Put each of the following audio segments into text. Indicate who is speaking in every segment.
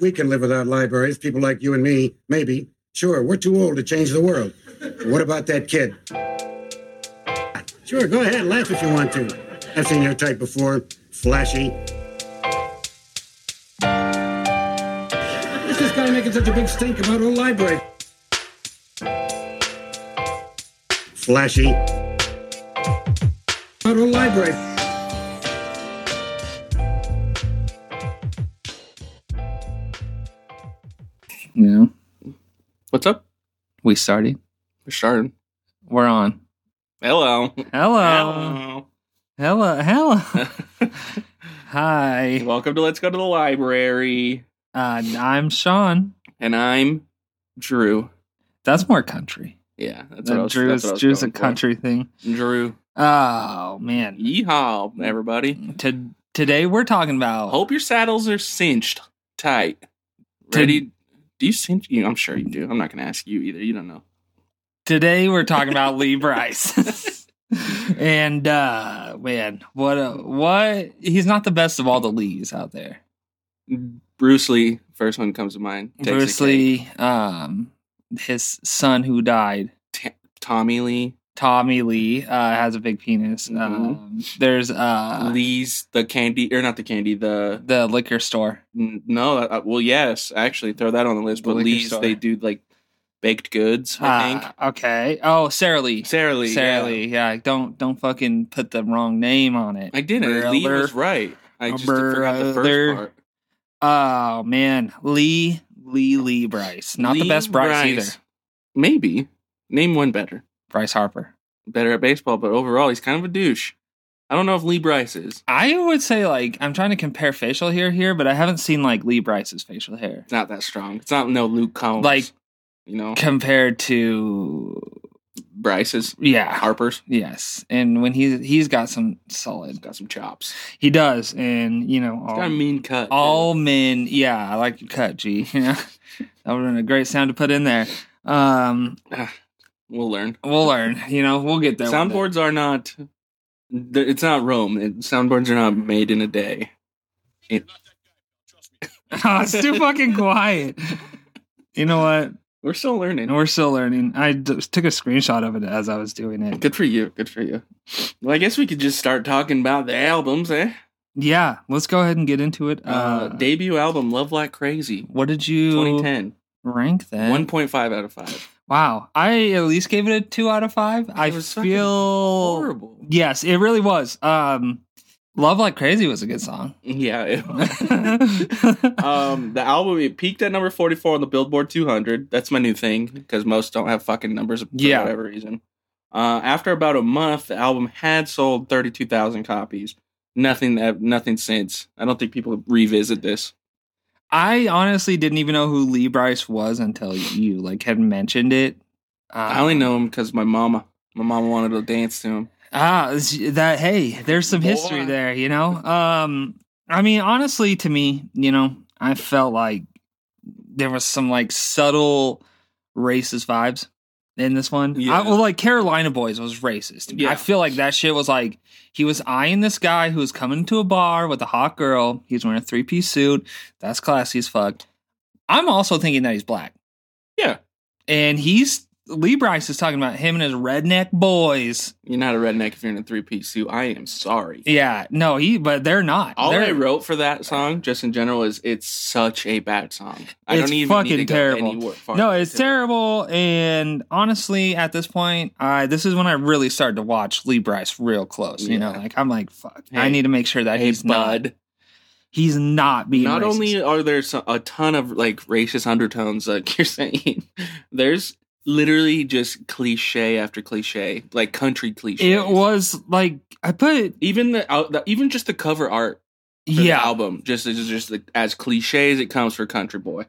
Speaker 1: We can live without libraries, people like you and me, maybe. Sure, we're too old to change the world. What about that kid? Sure, go ahead, laugh if you want to. I've seen your type before. Flashy. What's this guy making such a big stink about a library? Flashy. About a library.
Speaker 2: Yeah.
Speaker 3: What's up?
Speaker 2: We started.
Speaker 3: We're starting.
Speaker 2: We're on.
Speaker 3: Hello.
Speaker 2: Hello. Hello. Hello. Hi.
Speaker 3: Welcome to Let's Go to the Library.
Speaker 2: Uh, I'm Sean.
Speaker 3: And I'm Drew.
Speaker 2: That's more country.
Speaker 3: Yeah, that's
Speaker 2: That
Speaker 3: what I was,
Speaker 2: Drew
Speaker 3: that's
Speaker 2: is
Speaker 3: what I was
Speaker 2: Uh, Drew's a
Speaker 3: going for.
Speaker 2: country thing.
Speaker 3: Drew.
Speaker 2: Oh man.
Speaker 3: Yeehaw, everybody.
Speaker 2: To, today we're talking about
Speaker 3: Hope your saddles are cinched tight.
Speaker 2: To-
Speaker 3: Ready? Do you cinch? You, I'm sure you do. I'm not going to ask you either. You don't know.
Speaker 2: today we're talking about Lee Bryce. and uh man, what a what he's not the best of all the Lees out there.
Speaker 3: Bruce Lee, first one comes to mind. Takes the
Speaker 2: Bruce
Speaker 3: cake.
Speaker 2: Lee, um his son who died
Speaker 3: Ta- Tommy Lee.
Speaker 2: Tommy Lee uh, has a big penis.
Speaker 3: Mhm.
Speaker 2: Um, there's uh,
Speaker 3: Lee's the candy, or not the candy, the
Speaker 2: the liquor store.
Speaker 3: N- No, uh, well, yes, actually, throw that on the list.
Speaker 2: The
Speaker 3: But
Speaker 2: liquor
Speaker 3: Lee's,
Speaker 2: store.
Speaker 3: they do like baked goods. I
Speaker 2: Uh, okay. Oh, Sara Lee.
Speaker 3: think Sarah Lee.
Speaker 2: Sara
Speaker 3: yeah.
Speaker 2: Lee. Yeah. Don't don't fucking put the wrong name on it.
Speaker 3: I didn't. Lee
Speaker 2: Brother.
Speaker 3: was right. I just forgot the
Speaker 2: Brother.
Speaker 3: first
Speaker 2: Oh
Speaker 3: part.
Speaker 2: man, Lee Lee Lee Bryce. Not the
Speaker 3: Lee
Speaker 2: best Bryce,
Speaker 3: Bryce.
Speaker 2: either.
Speaker 3: Maybe name one better.
Speaker 2: Bryce Harper.
Speaker 3: Better at baseball, but overall, he's kind of a douche. I don't know if Lee Bryce is.
Speaker 2: I would say like I'm trying to compare facial hair here, but I haven't seen like Lee Bryce's facial hair
Speaker 3: It's not that strong. It's not no Luke Combs.
Speaker 2: Like-
Speaker 3: you know
Speaker 2: compared to
Speaker 3: Bryce's
Speaker 2: yeah.
Speaker 3: Harper's
Speaker 2: Yes, and when he's he's got some solid,
Speaker 3: got some chops.
Speaker 2: he does, and you know
Speaker 3: He's got a
Speaker 2: all,
Speaker 3: mean cut.
Speaker 2: all men. Yeah, I like your cut, G. You know that would have been a great sound to put in there. Um,
Speaker 3: dude. We'll learn.
Speaker 2: we'll learn. You know, we'll get there. one day.
Speaker 3: soundboards are not th- it's not rome It- soundboards are not made in a day
Speaker 2: Oh, it's too fucking quiet. You know what?
Speaker 3: we're
Speaker 2: And
Speaker 3: still learning
Speaker 2: we're still learning. I just took a screenshot of it as I was doing it.
Speaker 3: good for you good for you well i guess we could just start talking about the albums eh
Speaker 2: Yeah, let's go ahead and get into it. Uh,
Speaker 3: uh, debut album love like crazy
Speaker 2: what did you
Speaker 3: 2010
Speaker 2: rank then?
Speaker 3: 1.5 out of 5
Speaker 2: Wow, I at least gave it a two out of five. I
Speaker 3: was fucking
Speaker 2: feel
Speaker 3: horrible
Speaker 2: Yes, it really was. Um, Love Like Crazy was a good song.
Speaker 3: yeah it-
Speaker 2: um,
Speaker 3: um the album it peaked at number 44 on the billboard 200 that's my new thing because most don't have fucking numbers for
Speaker 2: Yeah.
Speaker 3: whatever reason uh after about a month the album had sold 32000 copies nothing that nothing since i don't think people revisit this
Speaker 2: I honestly didn't even know who Lee Bryce was until you like had mentioned it. Uh,
Speaker 3: i only know him because my mama my mama wanted to dance to him
Speaker 2: ah it's- that. Hey, there's some history
Speaker 3: Boy.
Speaker 2: there, you know. Um, I mean, honestly, to me, you know, I felt like there was some like subtle racist vibes in this one.
Speaker 3: Yeah.
Speaker 2: I, well, like Carolina Boys was racist.
Speaker 3: Yeah.
Speaker 2: I feel like that shit was like he was eyeing this guy who was coming to a bar with a hot girl. He's wearing a three piece suit. That's classy as fuck. I'm also thinking that he's black.
Speaker 3: Yeah.
Speaker 2: and he's Lee Bryce is talking about him and his redneck boys.
Speaker 3: you're not a redneck if you're in a three-piece suit i am sorry
Speaker 2: Yeah, no, he but they're not.
Speaker 3: all
Speaker 2: they're,
Speaker 3: I wrote for that song, just in general, is it's such a bad song. I
Speaker 2: It's
Speaker 3: don't even need
Speaker 2: fucking
Speaker 3: to go
Speaker 2: terrible.
Speaker 3: any wor- farther
Speaker 2: No, it's
Speaker 3: into it.
Speaker 2: terrible. And honestly, at this point, I this is when I really started to watch Lee Bryce real close. You know,
Speaker 3: Yeah.
Speaker 2: like I'm like, fuck,
Speaker 3: Hey.
Speaker 2: I need to make sure that
Speaker 3: Hey,
Speaker 2: he's
Speaker 3: bud.
Speaker 2: not he's not being
Speaker 3: not
Speaker 2: racist.
Speaker 3: only are there so- a ton of like racist undertones like you're saying there's literally just cliche after cliche like country cliche
Speaker 2: it was like I put
Speaker 3: even the, out the even just the cover art for the
Speaker 2: yeah,
Speaker 3: album just is just like, as cliche as it comes for country boy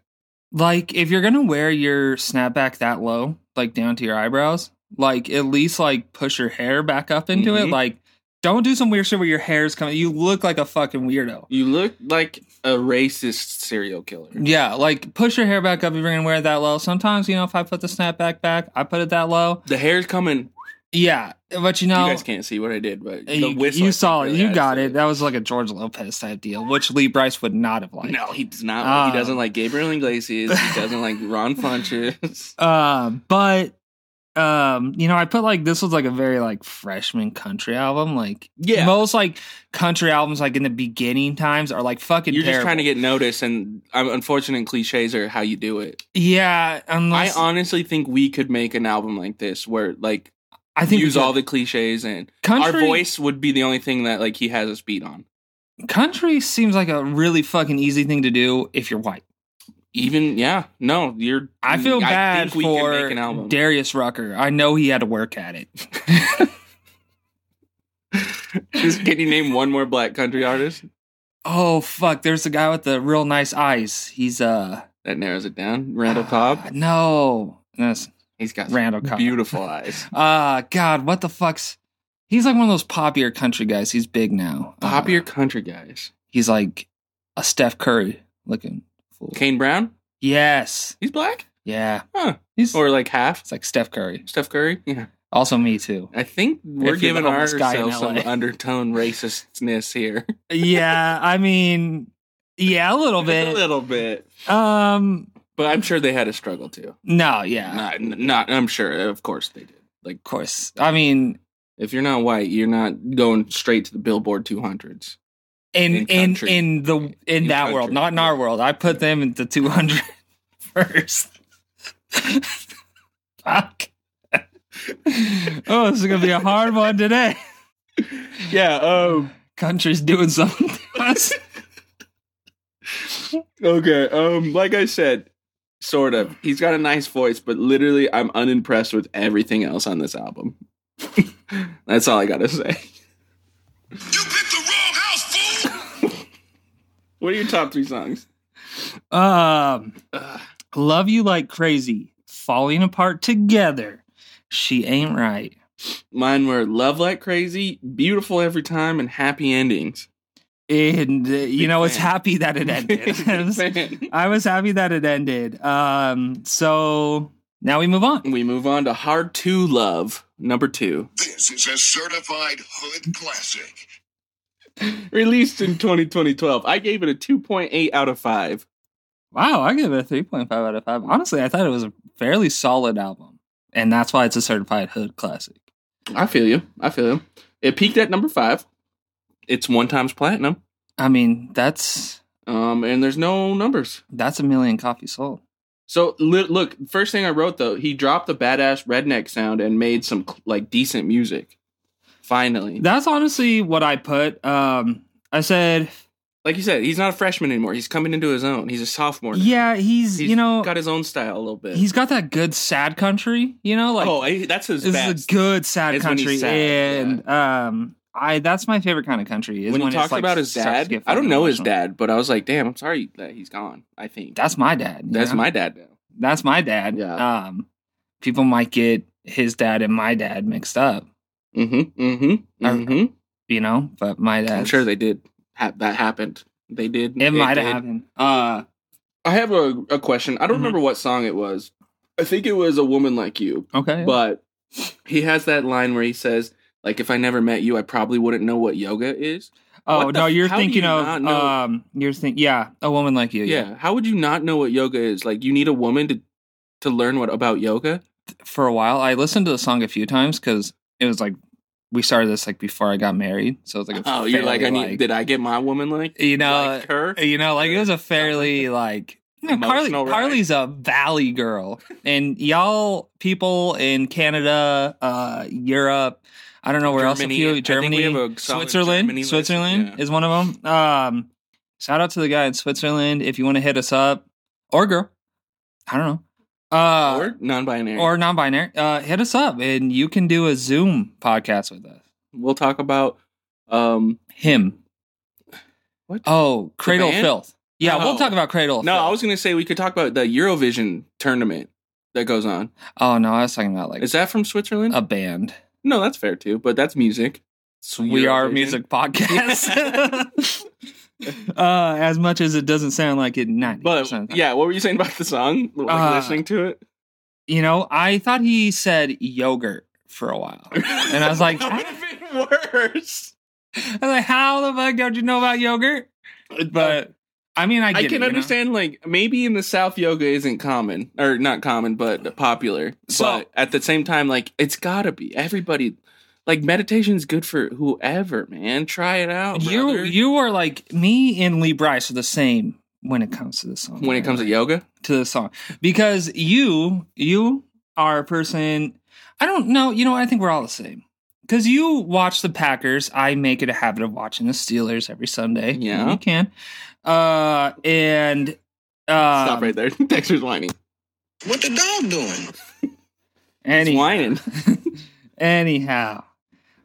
Speaker 2: like if you're gonna wear your snapback that low, like down to your eyebrows, like at least like push your hair back up into it.
Speaker 3: Mhm.
Speaker 2: Like, don't do some weird shit where your hair's coming. You look like a fucking weirdo.
Speaker 3: you look like a racist serial killer
Speaker 2: Yeah, like push your hair back up if you're gonna wear it that low. Sometimes, you know, if I put the snap back back, I put it that low.
Speaker 3: the hair's coming
Speaker 2: yeah, but you know,
Speaker 3: you guys can't see what I did, but
Speaker 2: uh,
Speaker 3: the
Speaker 2: you,
Speaker 3: whistle. I
Speaker 2: you
Speaker 3: think,
Speaker 2: saw it.
Speaker 3: really
Speaker 2: You
Speaker 3: adds
Speaker 2: got
Speaker 3: to
Speaker 2: it. That was like a George Lopez type deal, which Lee Bryce would not have liked.
Speaker 3: No, he does not.
Speaker 2: Ah.
Speaker 3: he doesn't like Gabriel Iglesias. He doesn't like Ron Funches.
Speaker 2: Uh, but um, you know, I put like this was like a very like freshman country album. Like
Speaker 3: Yeah.
Speaker 2: most like country albums like in the beginning times are like fucking.
Speaker 3: You're just
Speaker 2: terrible.
Speaker 3: trying to get noticed, and um, unfortunate cliches are how you do it.
Speaker 2: Yeah, unless
Speaker 3: I
Speaker 2: I,
Speaker 3: honestly think we could make an album like this where like
Speaker 2: think
Speaker 3: use
Speaker 2: we-
Speaker 3: all the cliches and
Speaker 2: country.
Speaker 3: our voice would be the only thing that like he has us beat on.
Speaker 2: Country seems like a really fucking easy thing to do if you're white.
Speaker 3: Even yeah, no, you're.
Speaker 2: I feel bad
Speaker 3: think we can
Speaker 2: for
Speaker 3: make an album.
Speaker 2: Darius Rucker. I know he had to work at it.
Speaker 3: Just, can you name one more black country artist?
Speaker 2: Oh fuck! There's the guy with the real nice eyes. He's uh
Speaker 3: That narrows it down. Randall Cobb.
Speaker 2: No, that's
Speaker 3: He's got some
Speaker 2: Randall Cobb.
Speaker 3: beautiful eyes.
Speaker 2: Ah, God, what the fuck's? He's like one of those popular country guys. He's big now. Uh,
Speaker 3: Popular country guys.
Speaker 2: he's like a Steph Curry looking. fool.
Speaker 3: Kane Brown.
Speaker 2: Yes.
Speaker 3: He's black.
Speaker 2: Yeah.
Speaker 3: Huh.
Speaker 2: He's
Speaker 3: Or like half.
Speaker 2: it's like Steph Curry.
Speaker 3: Steph Curry. Yeah.
Speaker 2: Also, me too.
Speaker 3: I think we're
Speaker 2: If you're the
Speaker 3: giving
Speaker 2: homeless guy in
Speaker 3: ourselves some
Speaker 2: LA.
Speaker 3: undertone racistness here.
Speaker 2: yeah, I mean, yeah, a little
Speaker 3: a
Speaker 2: bit.
Speaker 3: little bit.
Speaker 2: Um,
Speaker 3: But I'm sure they had a struggle too.
Speaker 2: no, yeah,
Speaker 3: Not, not. I'm sure. Of course they did. Like
Speaker 2: of course. I mean,
Speaker 3: if you're not white, you're not going straight to the Billboard 200s.
Speaker 2: in
Speaker 3: In
Speaker 2: in in,
Speaker 3: country.
Speaker 2: the in,
Speaker 3: In
Speaker 2: that
Speaker 3: country.
Speaker 2: world, not in our world. I put them in the 200 first. Fuck. oh, this is gonna be a hard one today.
Speaker 3: Yeah. Um.
Speaker 2: Country's doing something to us.
Speaker 3: Okay. Um. Like I said, sort of. He's got a nice voice, but literally, I'm unimpressed with everything else on this album. That's all I gotta say.
Speaker 4: You picked the wrong house, fool!
Speaker 3: What are your top three songs?
Speaker 2: Um,
Speaker 3: Ugh.
Speaker 2: love you like crazy, falling apart together. She ain't right.
Speaker 3: Mine were "Love Like Crazy," "Beautiful Every Time," and "Happy Endings."
Speaker 2: And uh, you know, it's
Speaker 3: fan.
Speaker 2: happy that it ended.
Speaker 3: Man.
Speaker 2: I was happy that it ended. Um, so now we move on.
Speaker 3: we move on to "Hard to Love" number two,
Speaker 4: This is a certified hood classic.
Speaker 3: released in 2012. I gave it a 2.8 out of five.
Speaker 2: Wow, I give it a 3.5 out of 5. Honestly, I thought it was a fairly solid album. And that's why it's a certified hood classic.
Speaker 3: I feel you. I feel you. It peaked at number five. It's one times platinum.
Speaker 2: I mean, that's
Speaker 3: Um, and there's no numbers.
Speaker 2: that's a million copies sold.
Speaker 3: So li- look, first thing I wrote though, he dropped the badass redneck sound and made some like decent music. Finally,
Speaker 2: That's honestly what I put. Um I said,
Speaker 3: like you said, he's not a freshman anymore. He's coming into his own. He's a sophomore. now.
Speaker 2: yeah, he's,
Speaker 3: He's
Speaker 2: you know,
Speaker 3: got his own style a little bit.
Speaker 2: he's got that good sad country, you know, like
Speaker 3: oh, I, that's his
Speaker 2: this is a
Speaker 3: best.
Speaker 2: good sad
Speaker 3: It's when
Speaker 2: country
Speaker 3: he's sad,
Speaker 2: and um I that's my favorite kind of country is
Speaker 3: when,
Speaker 2: when,
Speaker 3: he
Speaker 2: it's,
Speaker 3: talked
Speaker 2: like,
Speaker 3: about his
Speaker 2: starts to
Speaker 3: dad,
Speaker 2: get
Speaker 3: I don't know his
Speaker 2: emotional.
Speaker 3: dad, but I was like, damn, I'm sorry that he's gone. I think
Speaker 2: That's my dad. you
Speaker 3: that's
Speaker 2: know?
Speaker 3: my dad now.
Speaker 2: that's my dad.
Speaker 3: Yeah.
Speaker 2: Um, people might get his dad and my dad mixed up,
Speaker 3: Mm-hmm. Mm-hmm.
Speaker 2: I-
Speaker 3: Mm-hmm.
Speaker 2: you know. But my dad,
Speaker 3: I'm sure they did. Ha- that happened. They did.
Speaker 2: it might
Speaker 3: did.
Speaker 2: have happened. Uh,
Speaker 3: I have a, a question. I don't
Speaker 2: Mhm.
Speaker 3: remember what song it was. I think it was A Woman Like You,
Speaker 2: okay.
Speaker 3: but he has that line where he says, like, if I never met you, I probably wouldn't know what yoga is.
Speaker 2: oh
Speaker 3: what the
Speaker 2: no,
Speaker 3: f-
Speaker 2: you're
Speaker 3: how do
Speaker 2: thinking
Speaker 3: you
Speaker 2: of
Speaker 3: not know-
Speaker 2: um, you're thinking yeah, a woman like you.
Speaker 3: Yeah. How would you not know what yoga is? Like, you need a woman to to learn what about yoga?
Speaker 2: For a while, I listened to the song a few times because it was like we started this like before I got married, so it's like uh, a
Speaker 3: oh, you're like, I
Speaker 2: fairly,
Speaker 3: need. did I get my woman like
Speaker 2: you know
Speaker 3: like her?
Speaker 2: you know like it was a fairly like you know, Carly,
Speaker 3: Emotional ride.
Speaker 2: Carly's a valley girl and y'all people in Canada uh Europe I don't know where
Speaker 3: Germany.
Speaker 2: else
Speaker 3: I
Speaker 2: a few
Speaker 3: think
Speaker 2: Germany
Speaker 3: we have a solid
Speaker 2: Switzerland
Speaker 3: Germany list,
Speaker 2: Switzerland
Speaker 3: yeah.
Speaker 2: is one of them um shout out to the guy in Switzerland if you want to hit us up or girl I don't know uh
Speaker 3: or non-binary.
Speaker 2: or non-binary uh hit us up and you can do a Zoom podcast with us
Speaker 3: we'll talk about um
Speaker 2: him
Speaker 3: What?
Speaker 2: oh Cradle of
Speaker 3: band?
Speaker 2: Filth yeah,
Speaker 3: Oh.
Speaker 2: we'll talk about Cradle. of
Speaker 3: No,
Speaker 2: Filth.
Speaker 3: I was gonna say we could talk about the Eurovision tournament that goes on.
Speaker 2: Oh no, I was talking about like
Speaker 3: Is that from Switzerland?
Speaker 2: a band.
Speaker 3: no, that's fair too, but that's music.
Speaker 2: We are a
Speaker 3: Eurovision.
Speaker 2: music podcast. uh, as much as it doesn't sound like it, ninety
Speaker 3: But
Speaker 2: percent.
Speaker 3: yeah, what were you saying about the song? Like
Speaker 2: Uh,
Speaker 3: listening to it?
Speaker 2: you know, I thought he said yogurt for a while. And I was like,
Speaker 3: would
Speaker 2: I
Speaker 3: have been worse.
Speaker 2: was like, how the fuck don't you know about yogurt? But I mean, I,
Speaker 3: I,
Speaker 2: get it, you
Speaker 3: can
Speaker 2: know?
Speaker 3: understand, like, maybe in the South, yoga isn't common, or not common, but popular.
Speaker 2: So-
Speaker 3: but at the same time, like, it's gotta be. Everybody, like, meditation's good for whoever, man. Try it out.
Speaker 2: You
Speaker 3: brother.
Speaker 2: you are like me and Lee Bryce are the same when it comes to this song.
Speaker 3: when it comes to yoga,
Speaker 2: to the song because you you are a person i don't know you know what? i think we're all the same because you watch the packers i make it a habit of watching the steelers every sunday when
Speaker 3: Yeah.
Speaker 2: you can uh and uh
Speaker 3: stop right there. Dexter's whining.
Speaker 4: What the dog doing?
Speaker 3: He's
Speaker 2: any,
Speaker 3: whining.
Speaker 2: anyhow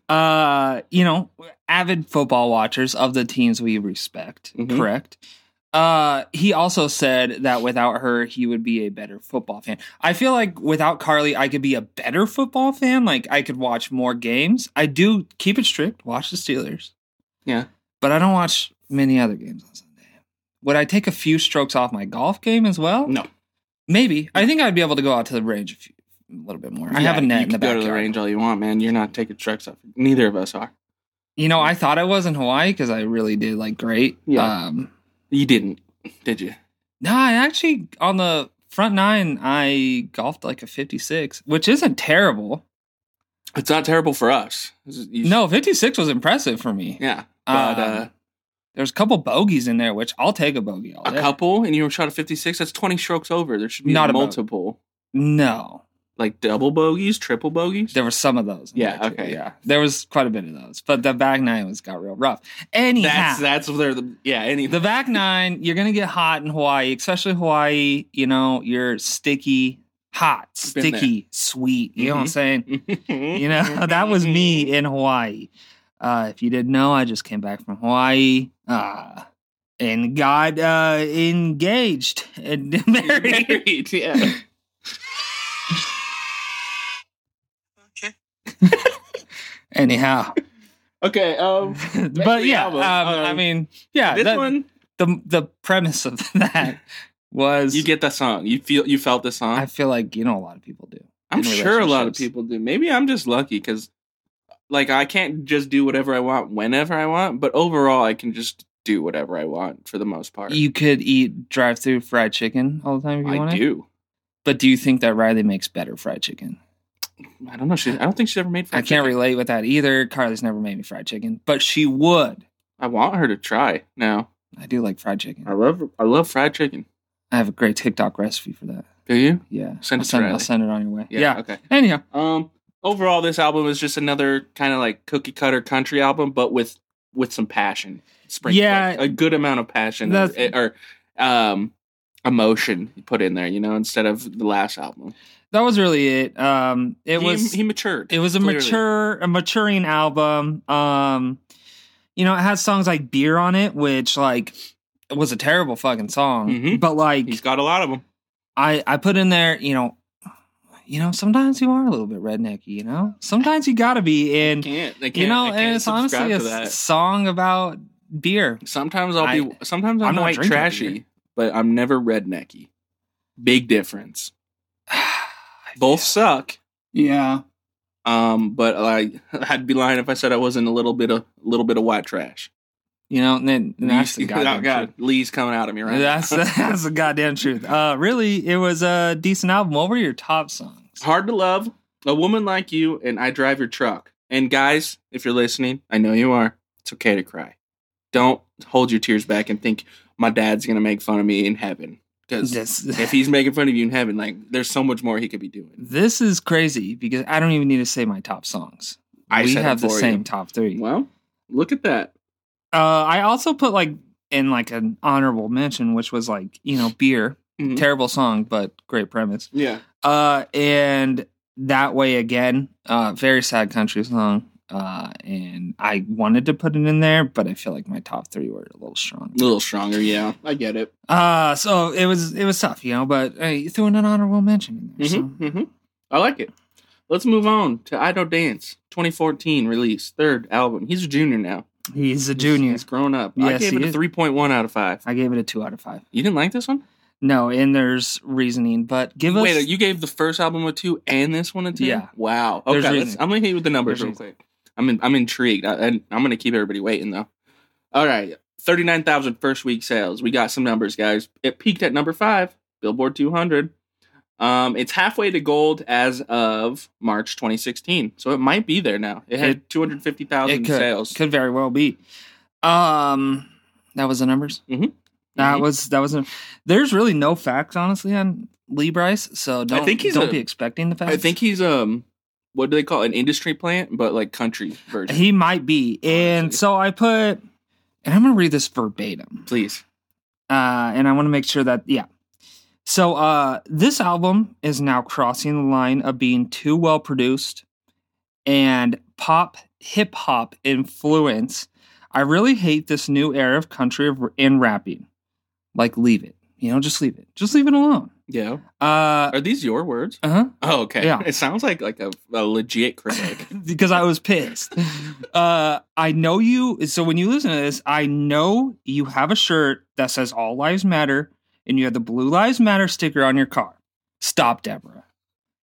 Speaker 2: uh you know avid football watchers of the teams we respect
Speaker 3: Mhm.
Speaker 2: correct uh he also said that without her he would be a better football fan i feel like without carly i could be a better football fan like i could watch more games i do keep it strict watch the steelers
Speaker 3: Yeah.
Speaker 2: but i don't watch many other games on sunday would i take a few strokes off my golf game as well
Speaker 3: No.
Speaker 2: maybe i think i'd be able to go out to the range a, few, a little bit more i have a
Speaker 3: Yeah,
Speaker 2: net
Speaker 3: you
Speaker 2: in the
Speaker 3: can
Speaker 2: backyard
Speaker 3: Go to the range all you want, man. You're not taking trucks off. Neither of us are.
Speaker 2: You know, I thought I was in Hawaii because I really did like great.
Speaker 3: Mm-hmm. Yeah.
Speaker 2: Um,
Speaker 3: You didn't, did you?
Speaker 2: no, I actually on the front nine I golfed like a 56, which isn't terrible.
Speaker 3: It's not terrible for us. This is- you-
Speaker 2: No, 56 was impressive for me.
Speaker 3: Yeah. But
Speaker 2: Um,
Speaker 3: uh,
Speaker 2: There's a couple bogeys in there, which I'll take a bogey all
Speaker 3: a
Speaker 2: day.
Speaker 3: couple and you were shot at 56, that's 20 strokes over. There should be
Speaker 2: Not a bogey.
Speaker 3: multiple.
Speaker 2: No,
Speaker 3: Like double bogeys, triple bogeys?
Speaker 2: there were some of those. in
Speaker 3: Yeah,
Speaker 2: there, too.
Speaker 3: okay.
Speaker 2: yeah. There was quite a bit of those, but the back nine was got real rough. Anyhow,
Speaker 3: That's that's where the yeah, any
Speaker 2: the back nine, you're gonna get hot in Hawaii, especially Hawaii. You know, you're sticky, hot,
Speaker 3: Been there.
Speaker 2: sticky, sweet. You know what I'm
Speaker 3: Mhm.
Speaker 2: saying? You know, that was me in Hawaii. Uh, if you didn't know, I just came back from Hawaii uh, and got uh, engaged and married.
Speaker 3: Married, yeah.
Speaker 2: Anyhow,
Speaker 3: Okay, um
Speaker 2: but
Speaker 3: the
Speaker 2: yeah, um,
Speaker 3: album.
Speaker 2: I
Speaker 3: Um,
Speaker 2: mean, yeah,
Speaker 3: this
Speaker 2: that-
Speaker 3: one
Speaker 2: the the premise of that was
Speaker 3: you get the song. You feel you felt the song.
Speaker 2: I feel like you know a lot of people do.
Speaker 3: I'm
Speaker 2: in
Speaker 3: sure a lot of
Speaker 2: relationships.
Speaker 3: people do. Maybe I'm just lucky because, like, I can't just do whatever I want whenever I want. But overall, I can just do whatever I want for the most part.
Speaker 2: You could eat drive through fried chicken all the time if you want
Speaker 3: I
Speaker 2: it.
Speaker 3: do.
Speaker 2: But do you think that Riley makes better fried chicken?
Speaker 3: I don't know. She. I don't think she's ever made.
Speaker 2: I
Speaker 3: fried
Speaker 2: can't
Speaker 3: chicken.
Speaker 2: relate with that either. Carly's never made me fried chicken, but she would.
Speaker 3: I want her to try now.
Speaker 2: I do like fried chicken.
Speaker 3: I love. I love fried chicken.
Speaker 2: I have a great TikTok recipe for that.
Speaker 3: Do you?
Speaker 2: Yeah. I'll
Speaker 3: Send it to
Speaker 2: send, I'll
Speaker 3: Riley.
Speaker 2: send it on your way. Yeah.
Speaker 3: Okay.
Speaker 2: Anyhow,
Speaker 3: Um. Overall, this album is just another kind of like cookie cutter country album, but with with some passion. Spring.
Speaker 2: Yeah.
Speaker 3: a good amount of passion or,
Speaker 2: That's-
Speaker 3: or um emotion put in there. You know, instead of the last album.
Speaker 2: that was really it. Um it
Speaker 3: he,
Speaker 2: was
Speaker 3: he matured.
Speaker 2: it was a
Speaker 3: clearly.
Speaker 2: mature a maturing album. Um you know, it had songs like Beer on it, which like was a terrible fucking song.
Speaker 3: Mhm.
Speaker 2: But like
Speaker 3: He's got a lot of them.
Speaker 2: I I put in there, you know, you know, sometimes you are a little bit rednecky, you know. Sometimes you gotta be, and
Speaker 3: Can't they can't,
Speaker 2: you know,
Speaker 3: I
Speaker 2: and
Speaker 3: can't
Speaker 2: it's honestly
Speaker 3: subscribe
Speaker 2: a
Speaker 3: to that.
Speaker 2: s- song about beer.
Speaker 3: Sometimes I'll be. Sometimes
Speaker 2: I'm
Speaker 3: I'm,
Speaker 2: not
Speaker 3: white
Speaker 2: drinking
Speaker 3: trashy,
Speaker 2: beer.
Speaker 3: but I'm never rednecky. Big difference. Both suck.
Speaker 2: Yeah,
Speaker 3: Um, but like I'd be lying if I said I wasn't a little bit of little bit of white trash.
Speaker 2: you know, and, then- and that's the
Speaker 3: You- oh,
Speaker 2: goddamn
Speaker 3: God,
Speaker 2: truth.
Speaker 3: Lee's coming out of me right
Speaker 2: That's
Speaker 3: now.
Speaker 2: that's the goddamn truth. Uh, really, it was a decent album. What were your top songs?
Speaker 3: Hard to love a woman like you, and I drive your truck. And guys, if you're listening, I know you are. It's okay to cry. Don't hold your tears back and think my dad's gonna make fun of me in heaven. Because
Speaker 2: This,
Speaker 3: if he's making fun of you in heaven, like there's so much more he could be doing.
Speaker 2: this is crazy because I don't even need to say my top songs.
Speaker 3: I
Speaker 2: we
Speaker 3: said it
Speaker 2: have the
Speaker 3: for you.
Speaker 2: same top three.
Speaker 3: Well, look at that.
Speaker 2: Uh, I also put like in like an honorable mention, which was like you know beer,
Speaker 3: Mhm.
Speaker 2: terrible song but great premise.
Speaker 3: Yeah.
Speaker 2: Uh, and that way again, uh, very sad country song. Uh, and I wanted to put it in there, but I feel like my top three were a little strong.
Speaker 3: A little stronger, yeah. I get it.
Speaker 2: Uh, so it was it was tough, you know. But uh, you threw in an honorable mention. In there, so.
Speaker 3: hmm hmm I like it. Let's move on to I Don't Dance, 2014 release, third album. He's a junior now.
Speaker 2: He's a
Speaker 3: He's-
Speaker 2: junior.
Speaker 3: He's grown up. I
Speaker 2: Yes,
Speaker 3: gave
Speaker 2: he
Speaker 3: it a
Speaker 2: is.
Speaker 3: 3.1 out of 5.
Speaker 2: I gave it a two out of five.
Speaker 3: You didn't like this one?
Speaker 2: No, and there's reasoning, but give us.
Speaker 3: Wait, you gave the first album a two and this one a two?
Speaker 2: Yeah.
Speaker 3: Wow. Okay,
Speaker 2: There's
Speaker 3: let's,
Speaker 2: reason.
Speaker 3: I'm gonna hit you with the numbers
Speaker 2: There's
Speaker 3: real quick. I'm in, I'm intrigued. I, and I'm gonna keep everybody waiting though. All right, thirty-nine thousand first week sales. We got some numbers, guys. It peaked at number five, Billboard 200. Um, it's halfway to gold as of March 2016, so it might be there now. It had
Speaker 2: It-
Speaker 3: 250,000
Speaker 2: it
Speaker 3: sales.
Speaker 2: could very well be. Um, that was the numbers.
Speaker 3: Mhm.
Speaker 2: That
Speaker 3: Mhm.
Speaker 2: was that was. There's really no facts, honestly, on Lee Bryce. So don't
Speaker 3: think he's
Speaker 2: don't
Speaker 3: a-
Speaker 2: be expecting the facts.
Speaker 3: I think he's um, what do they call it? an industry plant, but like country version.
Speaker 2: he might be, and
Speaker 3: Honestly.
Speaker 2: so I put. And I'm gonna read this verbatim.
Speaker 3: Please,
Speaker 2: uh, and I want to make sure that yeah. So uh, this album is now crossing the line of being too well produced and pop hip hop influence. I really hate this new era of country of- and rapping. Like, leave it. You know, just leave it. Just leave it alone.
Speaker 3: yeah.
Speaker 2: Uh uh-huh.
Speaker 3: Are these your words?
Speaker 2: huh.
Speaker 3: Oh, okay.
Speaker 2: Yeah.
Speaker 3: It sounds like like a, a legit critic.
Speaker 2: because I was pissed. Uh, I know you. So when you listen to this, I know you have a shirt that says "All Lives Matter" and you have the Blue Lives Matter sticker on your car. Stop, Deborah.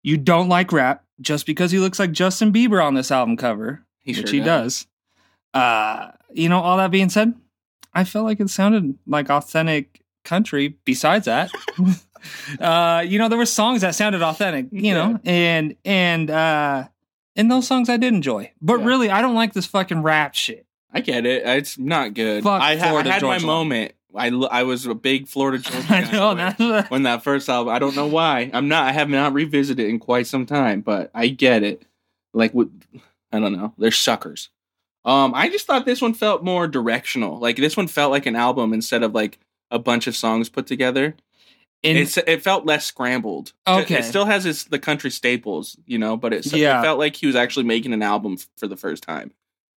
Speaker 2: You don't like rap just because he looks like Justin Bieber on this album cover,
Speaker 3: He
Speaker 2: which
Speaker 3: sure
Speaker 2: he does. Uh, you know, all that being said, I felt like it sounded like authentic country. Besides that, uh, you know, there were songs that sounded authentic. You know, and and uh, and those songs I did enjoy. But
Speaker 3: Yeah.
Speaker 2: really, I don't like this fucking rap shit.
Speaker 3: I get it. It's not good.
Speaker 2: Fuck
Speaker 3: I, ha- I
Speaker 2: Florida
Speaker 3: had my
Speaker 2: Georgia.
Speaker 3: moment. I, l- I was a big Florida Georgia
Speaker 2: I
Speaker 3: guy
Speaker 2: know
Speaker 3: when-
Speaker 2: that's what-
Speaker 3: when that first album. I don't know why. I'm not. I have not revisited in quite some time, but I get it. Like what? I don't know. They're suckers. Um, I just thought this one felt more directional. Like this one felt like an album instead of like a bunch of songs put together.
Speaker 2: and
Speaker 3: it's it felt less scrambled.
Speaker 2: Okay.
Speaker 3: it still has its the country staples, you know, but it,
Speaker 2: Yeah.
Speaker 3: it felt like he was actually making an album f- for the first time.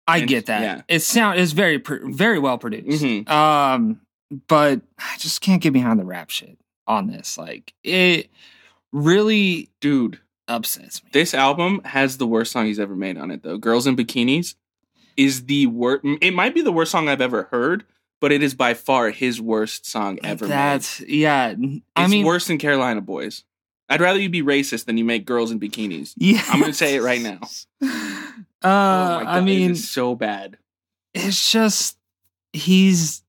Speaker 2: I
Speaker 3: and-
Speaker 2: get that.
Speaker 3: yeah.
Speaker 2: It sound is very pr- very well produced.
Speaker 3: Mhm.
Speaker 2: Um, but I just can't get behind the rap shit on this. Like it really
Speaker 3: Dude,
Speaker 2: upsets me.
Speaker 3: this album has the worst song he's ever made on it though. Girls in Bikinis is the worst. It might be the worst song I've ever heard, but it is by far his worst song ever. made.
Speaker 2: That's yeah. n- I
Speaker 3: It's
Speaker 2: mean,
Speaker 3: worse than Carolina Boys. I'd rather you be racist than you make girls in bikinis.
Speaker 2: yeah.
Speaker 3: I'm gonna say it right now. Oh
Speaker 2: Uh,
Speaker 3: my
Speaker 2: I
Speaker 3: God, it
Speaker 2: mean,
Speaker 3: is so bad.
Speaker 2: it's just he's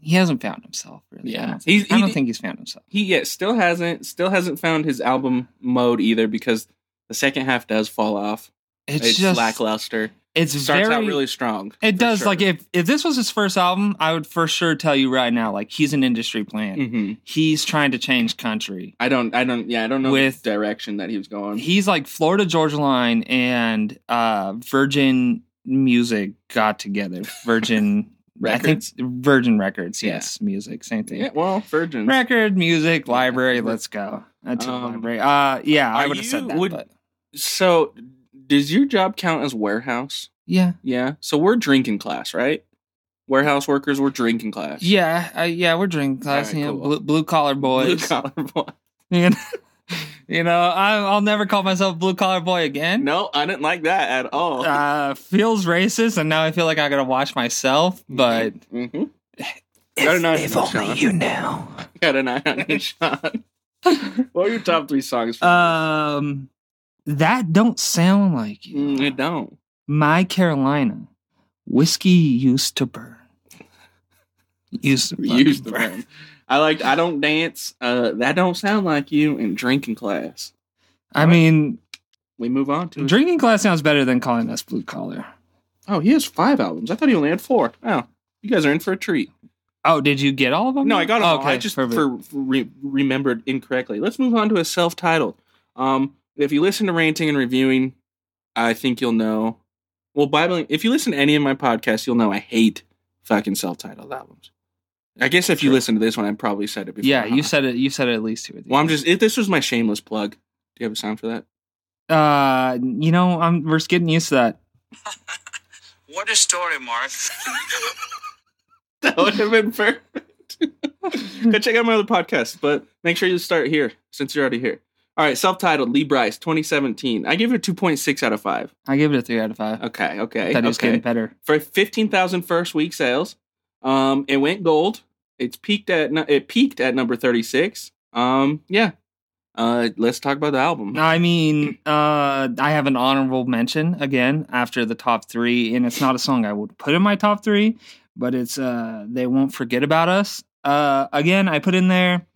Speaker 2: he hasn't found himself really. I
Speaker 3: Yeah,
Speaker 2: don't, think,
Speaker 3: he's,
Speaker 2: I
Speaker 3: he,
Speaker 2: don't think he's found himself.
Speaker 3: he yet still hasn't still hasn't found his album mode either because the second half does fall off.
Speaker 2: It's,
Speaker 3: It's,
Speaker 2: just
Speaker 3: lackluster.
Speaker 2: it's
Speaker 3: Starts
Speaker 2: very
Speaker 3: out really strong.
Speaker 2: It
Speaker 3: for
Speaker 2: does.
Speaker 3: sure.
Speaker 2: Like if if this was his first album, I would for sure tell you right now. Like he's an industry plant.
Speaker 3: Mhm.
Speaker 2: He's trying to change country.
Speaker 3: I don't. I don't. Yeah, I don't know
Speaker 2: With-
Speaker 3: the direction that he was going.
Speaker 2: He's like Florida Georgia Line and uh, Virgin Music got together. Virgin
Speaker 3: Records.
Speaker 2: I think Virgin Records.
Speaker 3: Yeah.
Speaker 2: Yes, music. Same thing.
Speaker 3: yeah, well, Virgin.
Speaker 2: Record, music,
Speaker 3: Yeah.
Speaker 2: library. Let's go. I took
Speaker 3: Um,
Speaker 2: library. Uh, yeah, I
Speaker 3: are
Speaker 2: would have said
Speaker 3: you-
Speaker 2: that.
Speaker 3: would-
Speaker 2: but
Speaker 3: So, does your job count as warehouse?
Speaker 2: yeah,
Speaker 3: Yeah. So we're drinking class, right? Warehouse workers, we're drinking class.
Speaker 2: yeah, uh, yeah. We're drinking class.
Speaker 3: Alright,
Speaker 2: you know,
Speaker 3: cool.
Speaker 2: blue, blue collar boys.
Speaker 3: Blue collar boy.
Speaker 2: You know, you know I, I'll never call myself blue collar boy again.
Speaker 3: No, I didn't like that at all.
Speaker 2: Uh, feels racist, and now I feel like I gotta watch myself. But
Speaker 3: Mhm. Got an eye on you, Sean.
Speaker 2: you know.
Speaker 3: Got an eye on you, Sean. what are your top three songs? For
Speaker 2: Um, that don't sound like you.
Speaker 3: Mm, it don't.
Speaker 2: My Carolina, whiskey used to burn. Used to fucking
Speaker 3: Use the burn. I like. I don't dance. Uh, that don't sound like you. in drinking class.
Speaker 2: I mean,
Speaker 3: We move on to.
Speaker 2: drinking class sounds better than calling us blue collar.
Speaker 3: oh, he has five albums. I thought he only had four. Oh, you guys are in for a treat.
Speaker 2: Oh, did you get all of them? Oh,
Speaker 3: No, I got them. all. I just
Speaker 2: perfect.
Speaker 3: for, for re- remembered incorrectly. Let's move on to a self-titled. Um, if you listen to ranting and reviewing, I think you'll know. Well, Bible. If you listen to any of my podcasts, you'll know I hate fucking self-titled albums. I guess if you listen to this one, I probably said it before.
Speaker 2: yeah, you
Speaker 3: huh?
Speaker 2: said it. You said it at least two. or three
Speaker 3: Well, I'm just. If this was my shameless plug. Do you have a sound for that?
Speaker 2: Uh, you know, I'm we're just getting used to that.
Speaker 4: What a story, Mark.
Speaker 3: That would have been perfect. Go check out my other podcast, but make sure you start here since you're already here. All right, self-titled Lee Bryce 2017. I give it a 2.6 out of 5.
Speaker 2: I give it a three out of five.
Speaker 3: Okay,
Speaker 2: I
Speaker 3: okay.
Speaker 2: thought it was
Speaker 3: okay.
Speaker 2: getting better.
Speaker 3: For 15,000 first week sales. Um it went gold. It's peaked at nu- it peaked at number 36. Um, yeah. Uh, let's talk about the album.
Speaker 2: I mean, uh, I have an honorable mention again after the top three, and it's not a song I would put in my top three, but it's uh, They Won't Forget About Us. Uh, again, I put in there,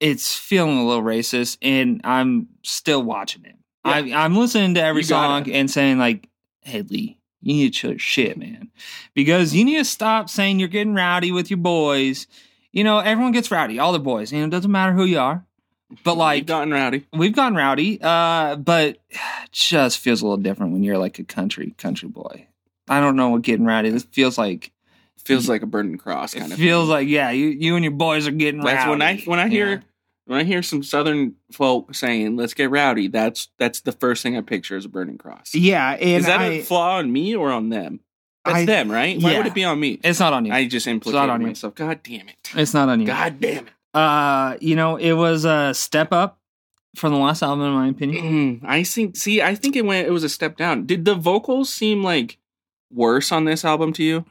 Speaker 2: it's feeling a little racist, and I'm still watching it. I, I'm listening to every
Speaker 3: You got
Speaker 2: song and saying, like, hey, Lee, you need to chill your shit, man. Because you need to stop saying you're getting rowdy with your boys. You know, everyone gets rowdy, all the boys. You know, it doesn't matter who you are. But,
Speaker 3: Like
Speaker 2: like,
Speaker 3: gotten rowdy.
Speaker 2: we've gone rowdy, uh, but just feels a little different when you're like a country country boy. I don't know what getting rowdy. This feels like
Speaker 3: Feels like a burning cross
Speaker 2: it
Speaker 3: kind of.
Speaker 2: feels like yeah, you you and your boys are getting
Speaker 3: That's
Speaker 2: rowdy.
Speaker 3: when I when I hear
Speaker 2: Yeah.
Speaker 3: when I hear some southern folk saying "Let's get rowdy," that's that's the first thing I picture is a burning cross.
Speaker 2: yeah, and
Speaker 3: is that
Speaker 2: I,
Speaker 3: a flaw on me or on them? That's
Speaker 2: I-
Speaker 3: them, right? Why would
Speaker 2: yeah.
Speaker 3: it be on me?
Speaker 2: it's not on you.
Speaker 3: I just
Speaker 2: not
Speaker 3: implicated
Speaker 2: on you.
Speaker 3: myself. God damn it!
Speaker 2: it's not on you.
Speaker 3: God damn it!
Speaker 2: Uh, you know, it was a step up from the last album, in my opinion.
Speaker 3: Mm, I think. See, I think it went. It was a step down. Did the vocals seem like worse on this album to you?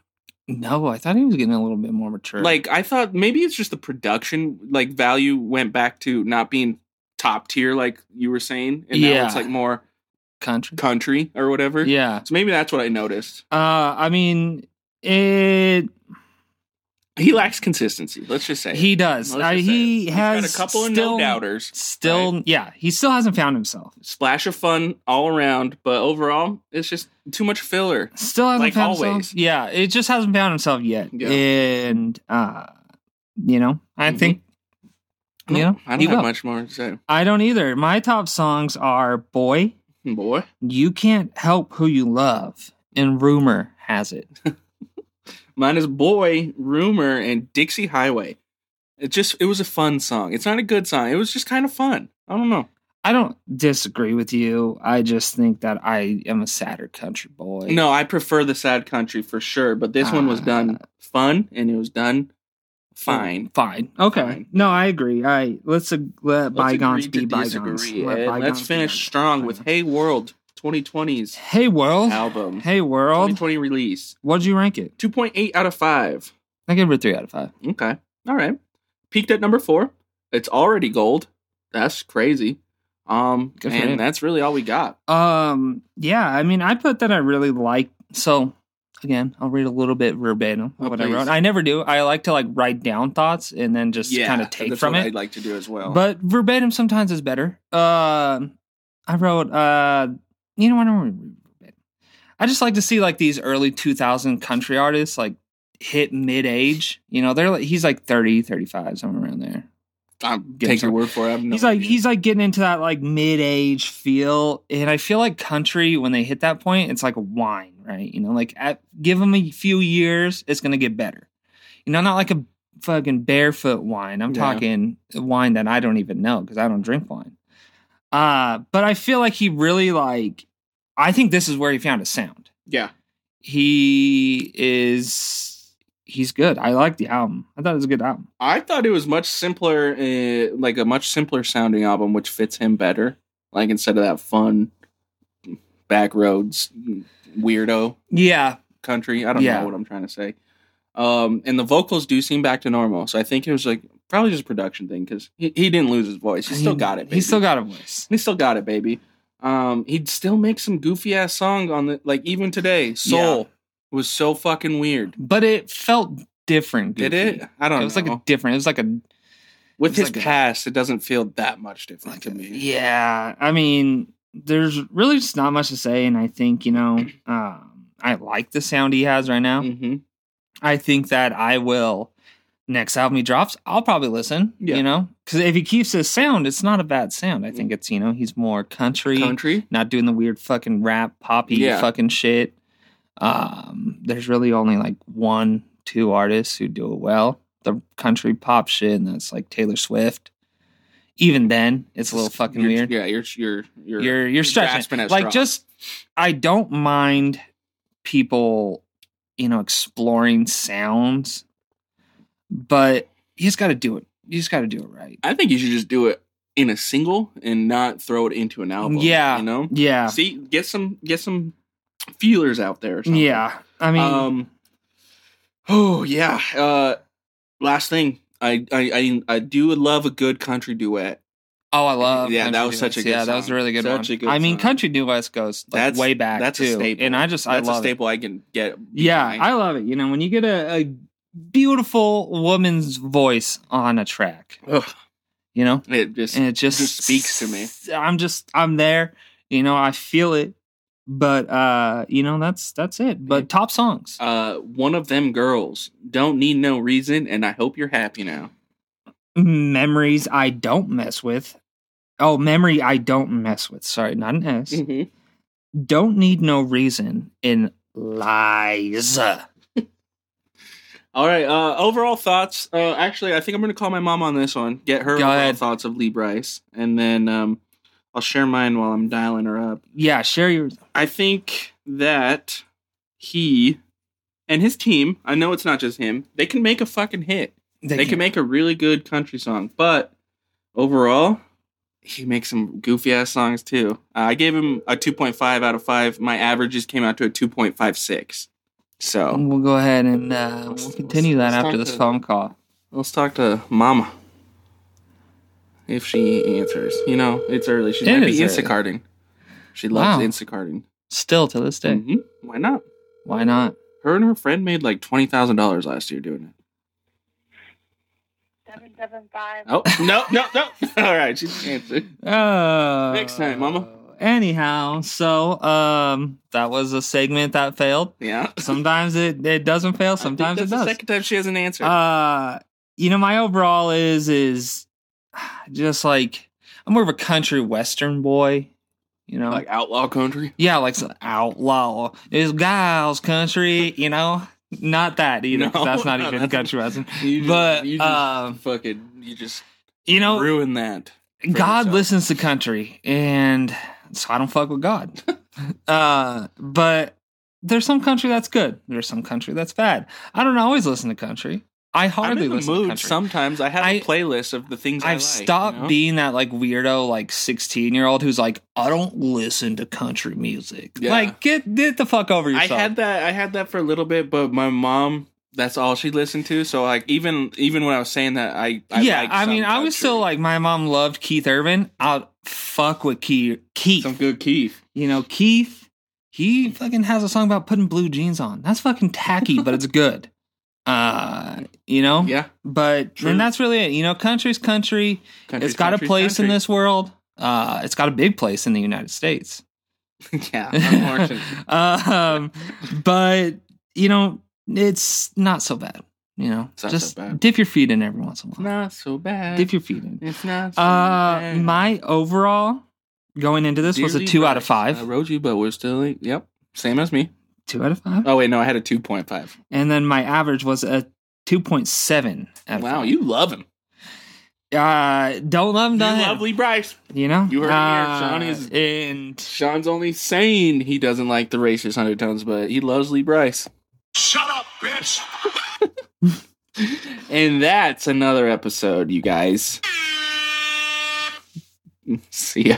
Speaker 2: No, I thought he was getting a little bit more mature.
Speaker 3: Like I thought maybe it's just the production like value went back to not being top tier like you were saying, and now
Speaker 2: Yeah.
Speaker 3: it's like more
Speaker 2: country.
Speaker 3: country or whatever.
Speaker 2: Yeah.
Speaker 3: So maybe that's what I noticed.
Speaker 2: Uh, I mean, it
Speaker 3: He lacks consistency. Let's just say
Speaker 2: he does.
Speaker 3: Let's just
Speaker 2: I,
Speaker 3: say it.
Speaker 2: he
Speaker 3: He's
Speaker 2: has
Speaker 3: got a couple of
Speaker 2: still-
Speaker 3: no doubters.
Speaker 2: Still, yeah, he still hasn't found himself.
Speaker 3: Splash of fun all around, but overall, it's just too much filler.
Speaker 2: Still hasn't
Speaker 3: Like
Speaker 2: found
Speaker 3: always.
Speaker 2: himself. Yeah, it just hasn't found himself yet.
Speaker 3: Yeah.
Speaker 2: And uh, you know, I
Speaker 3: Mhm.
Speaker 2: think
Speaker 3: I don't,
Speaker 2: you know,
Speaker 3: Oh, I don't
Speaker 2: he
Speaker 3: have
Speaker 2: will.
Speaker 3: much more to say.
Speaker 2: I don't either. My top songs are "Boy,"
Speaker 3: Hmm, Boy,
Speaker 2: "You Can't Help Who You Love," and "Rumor Has It."
Speaker 3: mine is boy, rumor, and Dixie Highway. It just it was a fun song. It's not a good song. It was just kind of fun. I don't know.
Speaker 2: I don't disagree with you. I just think that I am a sadder country boy.
Speaker 3: No, I prefer the sad country for sure, but this one was
Speaker 2: Ah.
Speaker 3: done fun and it was done fine.
Speaker 2: Fine. Okay.
Speaker 3: Fine.
Speaker 2: No, I agree. I let's ag- let bygones
Speaker 3: agree
Speaker 2: be
Speaker 3: to
Speaker 2: bygones.
Speaker 3: disagree,
Speaker 2: Let
Speaker 3: Ed.
Speaker 2: bygones
Speaker 3: Let's
Speaker 2: be
Speaker 3: finish
Speaker 2: bygones.
Speaker 3: strong with Hey World 2020's
Speaker 2: Hey world.
Speaker 3: album.
Speaker 2: Oh, Hey world.
Speaker 3: 2020 release.
Speaker 2: What'd you rank it?
Speaker 3: 2.8 out of 5.
Speaker 2: I give it a three out of five.
Speaker 3: Okay. All right. Peaked at number four. It's already gold. That's crazy. Um,
Speaker 2: Good for
Speaker 3: and
Speaker 2: him.
Speaker 3: that's really all we got.
Speaker 2: Um, yeah, I mean, I put that I really like. So again, I'll read a little bit verbatim of
Speaker 3: Oh,
Speaker 2: what
Speaker 3: please.
Speaker 2: I wrote. I never do. I like to like write down thoughts and then just kind of take
Speaker 3: that's
Speaker 2: from
Speaker 3: what
Speaker 2: it.
Speaker 3: I'd like to do as well.
Speaker 2: But verbatim sometimes is better. Um, I wrote. Uh, you know what? I'm gonna read verbatim. I just like to see like these early 2000 country artists like hit mid age. You know, they're like he's like 30, 35, somewhere around there.
Speaker 3: I'll
Speaker 2: Yeah,
Speaker 3: take your
Speaker 2: sorry.
Speaker 3: word for it. I have no
Speaker 2: he's like
Speaker 3: idea.
Speaker 2: he's like getting into that like mid-age feel and i feel like country when they hit that point it's like a wine right you know like at, give them a few years it's gonna get better you know not like a fucking barefoot wine i'm
Speaker 3: Yeah.
Speaker 2: talking wine that i don't even know because i don't drink wine uh but i feel like he really like i think this is where he found his sound
Speaker 3: yeah.
Speaker 2: he is he's good i like the album i thought it was a good album
Speaker 3: I thought it was much simpler, uh, like a much simpler sounding album, which fits him better. Like instead of that fun backroads weirdo
Speaker 2: yeah
Speaker 3: country. I don't
Speaker 2: Yeah.
Speaker 3: know what I'm trying to say. Um, and the vocals do seem back to normal. So I think it was like probably just a production thing because he, he didn't lose his voice. He still got it. Baby.
Speaker 2: he still got a voice
Speaker 3: He still got it, baby. Um, he'd still make some goofy ass song on the like even today. Soul was so fucking weird.
Speaker 2: but it felt different.
Speaker 3: Did
Speaker 2: goofy.
Speaker 3: it? I don't
Speaker 2: It was
Speaker 3: know.
Speaker 2: like a different. It was like a
Speaker 3: With
Speaker 2: it
Speaker 3: his
Speaker 2: was like a-
Speaker 3: past, it doesn't feel that much different
Speaker 2: like
Speaker 3: to
Speaker 2: a-
Speaker 3: me.
Speaker 2: yeah. I mean, there's really just not much to say, and I think you know, um, I like the sound he has right now.
Speaker 3: hmm
Speaker 2: I think that I will next album he drops, I'll probably listen.
Speaker 3: Yeah. Mm.
Speaker 2: You know, because if he keeps his sound, it's not a bad sound. I think it's you know he's more country,
Speaker 3: Country.
Speaker 2: not doing the weird fucking rap poppy
Speaker 3: Yeah.
Speaker 2: fucking shit. Um, there's really only like one, two artists who do it well. The country pop shit, and that's like Taylor Swift. Even then, it's a little fucking
Speaker 3: You're-
Speaker 2: weird.
Speaker 3: Yeah, you're you're you're
Speaker 2: You're you're stretching.
Speaker 3: grasping
Speaker 2: it.
Speaker 3: at
Speaker 2: Like
Speaker 3: straws.
Speaker 2: just, I don't mind people, you know, exploring sounds, but you just got to do it. You just got to do it right.
Speaker 3: I think you should just do it in a single and not throw it into an album.
Speaker 2: Yeah.
Speaker 3: you know.
Speaker 2: Yeah,
Speaker 3: See, get some get some Um, feelers out there. Or something.
Speaker 2: yeah. I mean,
Speaker 3: um. Oh yeah. Uh, Last thing, I I I, I do love a good country duet.
Speaker 2: Oh, I love.
Speaker 3: Yeah, that
Speaker 2: Country
Speaker 3: was such
Speaker 2: Duets.
Speaker 3: a good
Speaker 2: yeah. That was
Speaker 3: song.
Speaker 2: a really good
Speaker 3: Such
Speaker 2: one.
Speaker 3: a good
Speaker 2: I mean,
Speaker 3: song.
Speaker 2: country duets goes like,
Speaker 3: That's-
Speaker 2: way back
Speaker 3: that's a
Speaker 2: too,
Speaker 3: staple.
Speaker 2: and I just
Speaker 3: That's
Speaker 2: I
Speaker 3: a
Speaker 2: love. it.
Speaker 3: staple I can get.
Speaker 2: Yeah,
Speaker 3: behind.
Speaker 2: I love it. You know, when you get a, a beautiful woman's voice on a track,
Speaker 3: Ugh,
Speaker 2: you know,
Speaker 3: it just
Speaker 2: and it just,
Speaker 3: just speaks to me.
Speaker 2: I'm just I'm there. You know, I feel it. But uh, you know, that's that's it. But top songs.
Speaker 3: uh one of them girls don't need no reason, and I hope you're happy now.
Speaker 2: memories I don't mess with. Oh, memory I don't mess with. Sorry, not an S.
Speaker 3: Mm-hmm.
Speaker 2: Don't need no reason in lies.
Speaker 3: All right. Uh, overall thoughts. Uh, actually, I think I'm gonna call my mom on this one. Get her
Speaker 2: Go
Speaker 3: overall
Speaker 2: ahead.
Speaker 3: thoughts of Lee Bryce, and then um, I'll share mine while I'm dialing her up.
Speaker 2: Yeah, share your.
Speaker 3: I think that he and his team. I know it's not just him. They can make a fucking hit.
Speaker 2: They,
Speaker 3: they can make a really good country song, but overall, he makes some goofy ass songs too. Uh, I gave him a 2.5 out of 5. My averages came out to a 2.56. So
Speaker 2: We'll go ahead and uh, we'll continue that
Speaker 3: Let's talk
Speaker 2: after this
Speaker 3: to-
Speaker 2: phone call.
Speaker 3: let's talk to Mama if she answers. You know, it's early. She
Speaker 2: It
Speaker 3: might be
Speaker 2: is early.
Speaker 3: Instacarting. She loves
Speaker 2: Wow.
Speaker 3: Instacarting.
Speaker 2: Still to this day,
Speaker 3: Mhm. Why not?
Speaker 2: why not?
Speaker 3: Her and her friend made like $20,000 last year doing it.
Speaker 5: Seven seven five.
Speaker 3: Oh, no, no, no. All right, she's answered.
Speaker 2: Uh,
Speaker 3: Next time, mama.
Speaker 2: Anyhow, so um, that was a segment that failed.
Speaker 3: Yeah.
Speaker 2: Sometimes it it doesn't fail. Sometimes
Speaker 3: I think
Speaker 2: it
Speaker 3: that's the
Speaker 2: does.
Speaker 3: second time she hasn't answered.
Speaker 2: Uh, you know, my overall is is just like I'm more of a country western boy. You know,
Speaker 3: like outlaw country.
Speaker 2: yeah, like some outlaw. It's gals country. You know, not that either. 'cause
Speaker 3: No,
Speaker 2: that's not
Speaker 3: no,
Speaker 2: even
Speaker 3: that's-
Speaker 2: country western.
Speaker 3: You
Speaker 2: But,
Speaker 3: you
Speaker 2: um,
Speaker 3: fucking you just
Speaker 2: You know,
Speaker 3: ruin that. for
Speaker 2: God
Speaker 3: yourself.
Speaker 2: listens to country, and so I don't fuck with God. uh, but there's some country that's good. There's some country that's bad. I don't always listen to country. I
Speaker 3: I'm
Speaker 2: hardly
Speaker 3: in the
Speaker 2: listen to
Speaker 3: mood
Speaker 2: country.
Speaker 3: sometimes. I have a
Speaker 2: I-
Speaker 3: playlist of the things I
Speaker 2: I've
Speaker 3: like,
Speaker 2: stopped
Speaker 3: you know?
Speaker 2: being that like weirdo, like sixteen year old who's like, I don't listen to country music.
Speaker 3: Yeah.
Speaker 2: Like, get get the fuck over
Speaker 3: I
Speaker 2: yourself.
Speaker 3: had that. I had that for a little bit, but my mom. That's all she listened to. So like even even when I was saying that, I, I
Speaker 2: yeah,
Speaker 3: liked
Speaker 2: I mean,
Speaker 3: some
Speaker 2: I was
Speaker 3: country.
Speaker 2: still like, my mom loved Keith Urban. I'll fuck with Keith. Keith,
Speaker 3: some good Keith.
Speaker 2: you know, Keith. He fucking has a song about putting blue jeans on. That's fucking tacky, but it's good. Uh, you know,
Speaker 3: Yeah,
Speaker 2: But
Speaker 3: True.
Speaker 2: and that's really it. You know, country's country.
Speaker 3: Country's
Speaker 2: it's got
Speaker 3: country's
Speaker 2: a place in
Speaker 3: country.
Speaker 2: this world. Uh, it's got a big place in the United States.
Speaker 3: yeah, unfortunately.
Speaker 2: um, but you know, it's not so bad. You know,
Speaker 3: It's not so
Speaker 2: just
Speaker 3: bad.
Speaker 2: dip your feet in every once in a while.
Speaker 3: not so bad.
Speaker 2: Dip your feet in.
Speaker 3: it's not. So
Speaker 2: Uh,
Speaker 3: bad.
Speaker 2: my overall going into this was a
Speaker 3: Dearly
Speaker 2: two out of
Speaker 3: Bryce, I
Speaker 2: five.
Speaker 3: wrote you, but we're still. Yep, same as me.
Speaker 2: Two out of five,
Speaker 3: Oh wait, no, I had a two point five.
Speaker 2: and then my average was a two point seven. Out of
Speaker 3: Wow,
Speaker 2: five.
Speaker 3: you love him.
Speaker 2: uh, don't love him,
Speaker 3: You
Speaker 2: don't hate him.
Speaker 3: love Lee Bryce.
Speaker 2: You know,
Speaker 3: You heard it
Speaker 2: uh,
Speaker 3: here. Sean is-
Speaker 2: and
Speaker 3: Sean's only saying he doesn't like the racist undertones, but he loves Lee Bryce.
Speaker 4: Shut up, bitch!
Speaker 3: And that's another episode, you guys. See ya.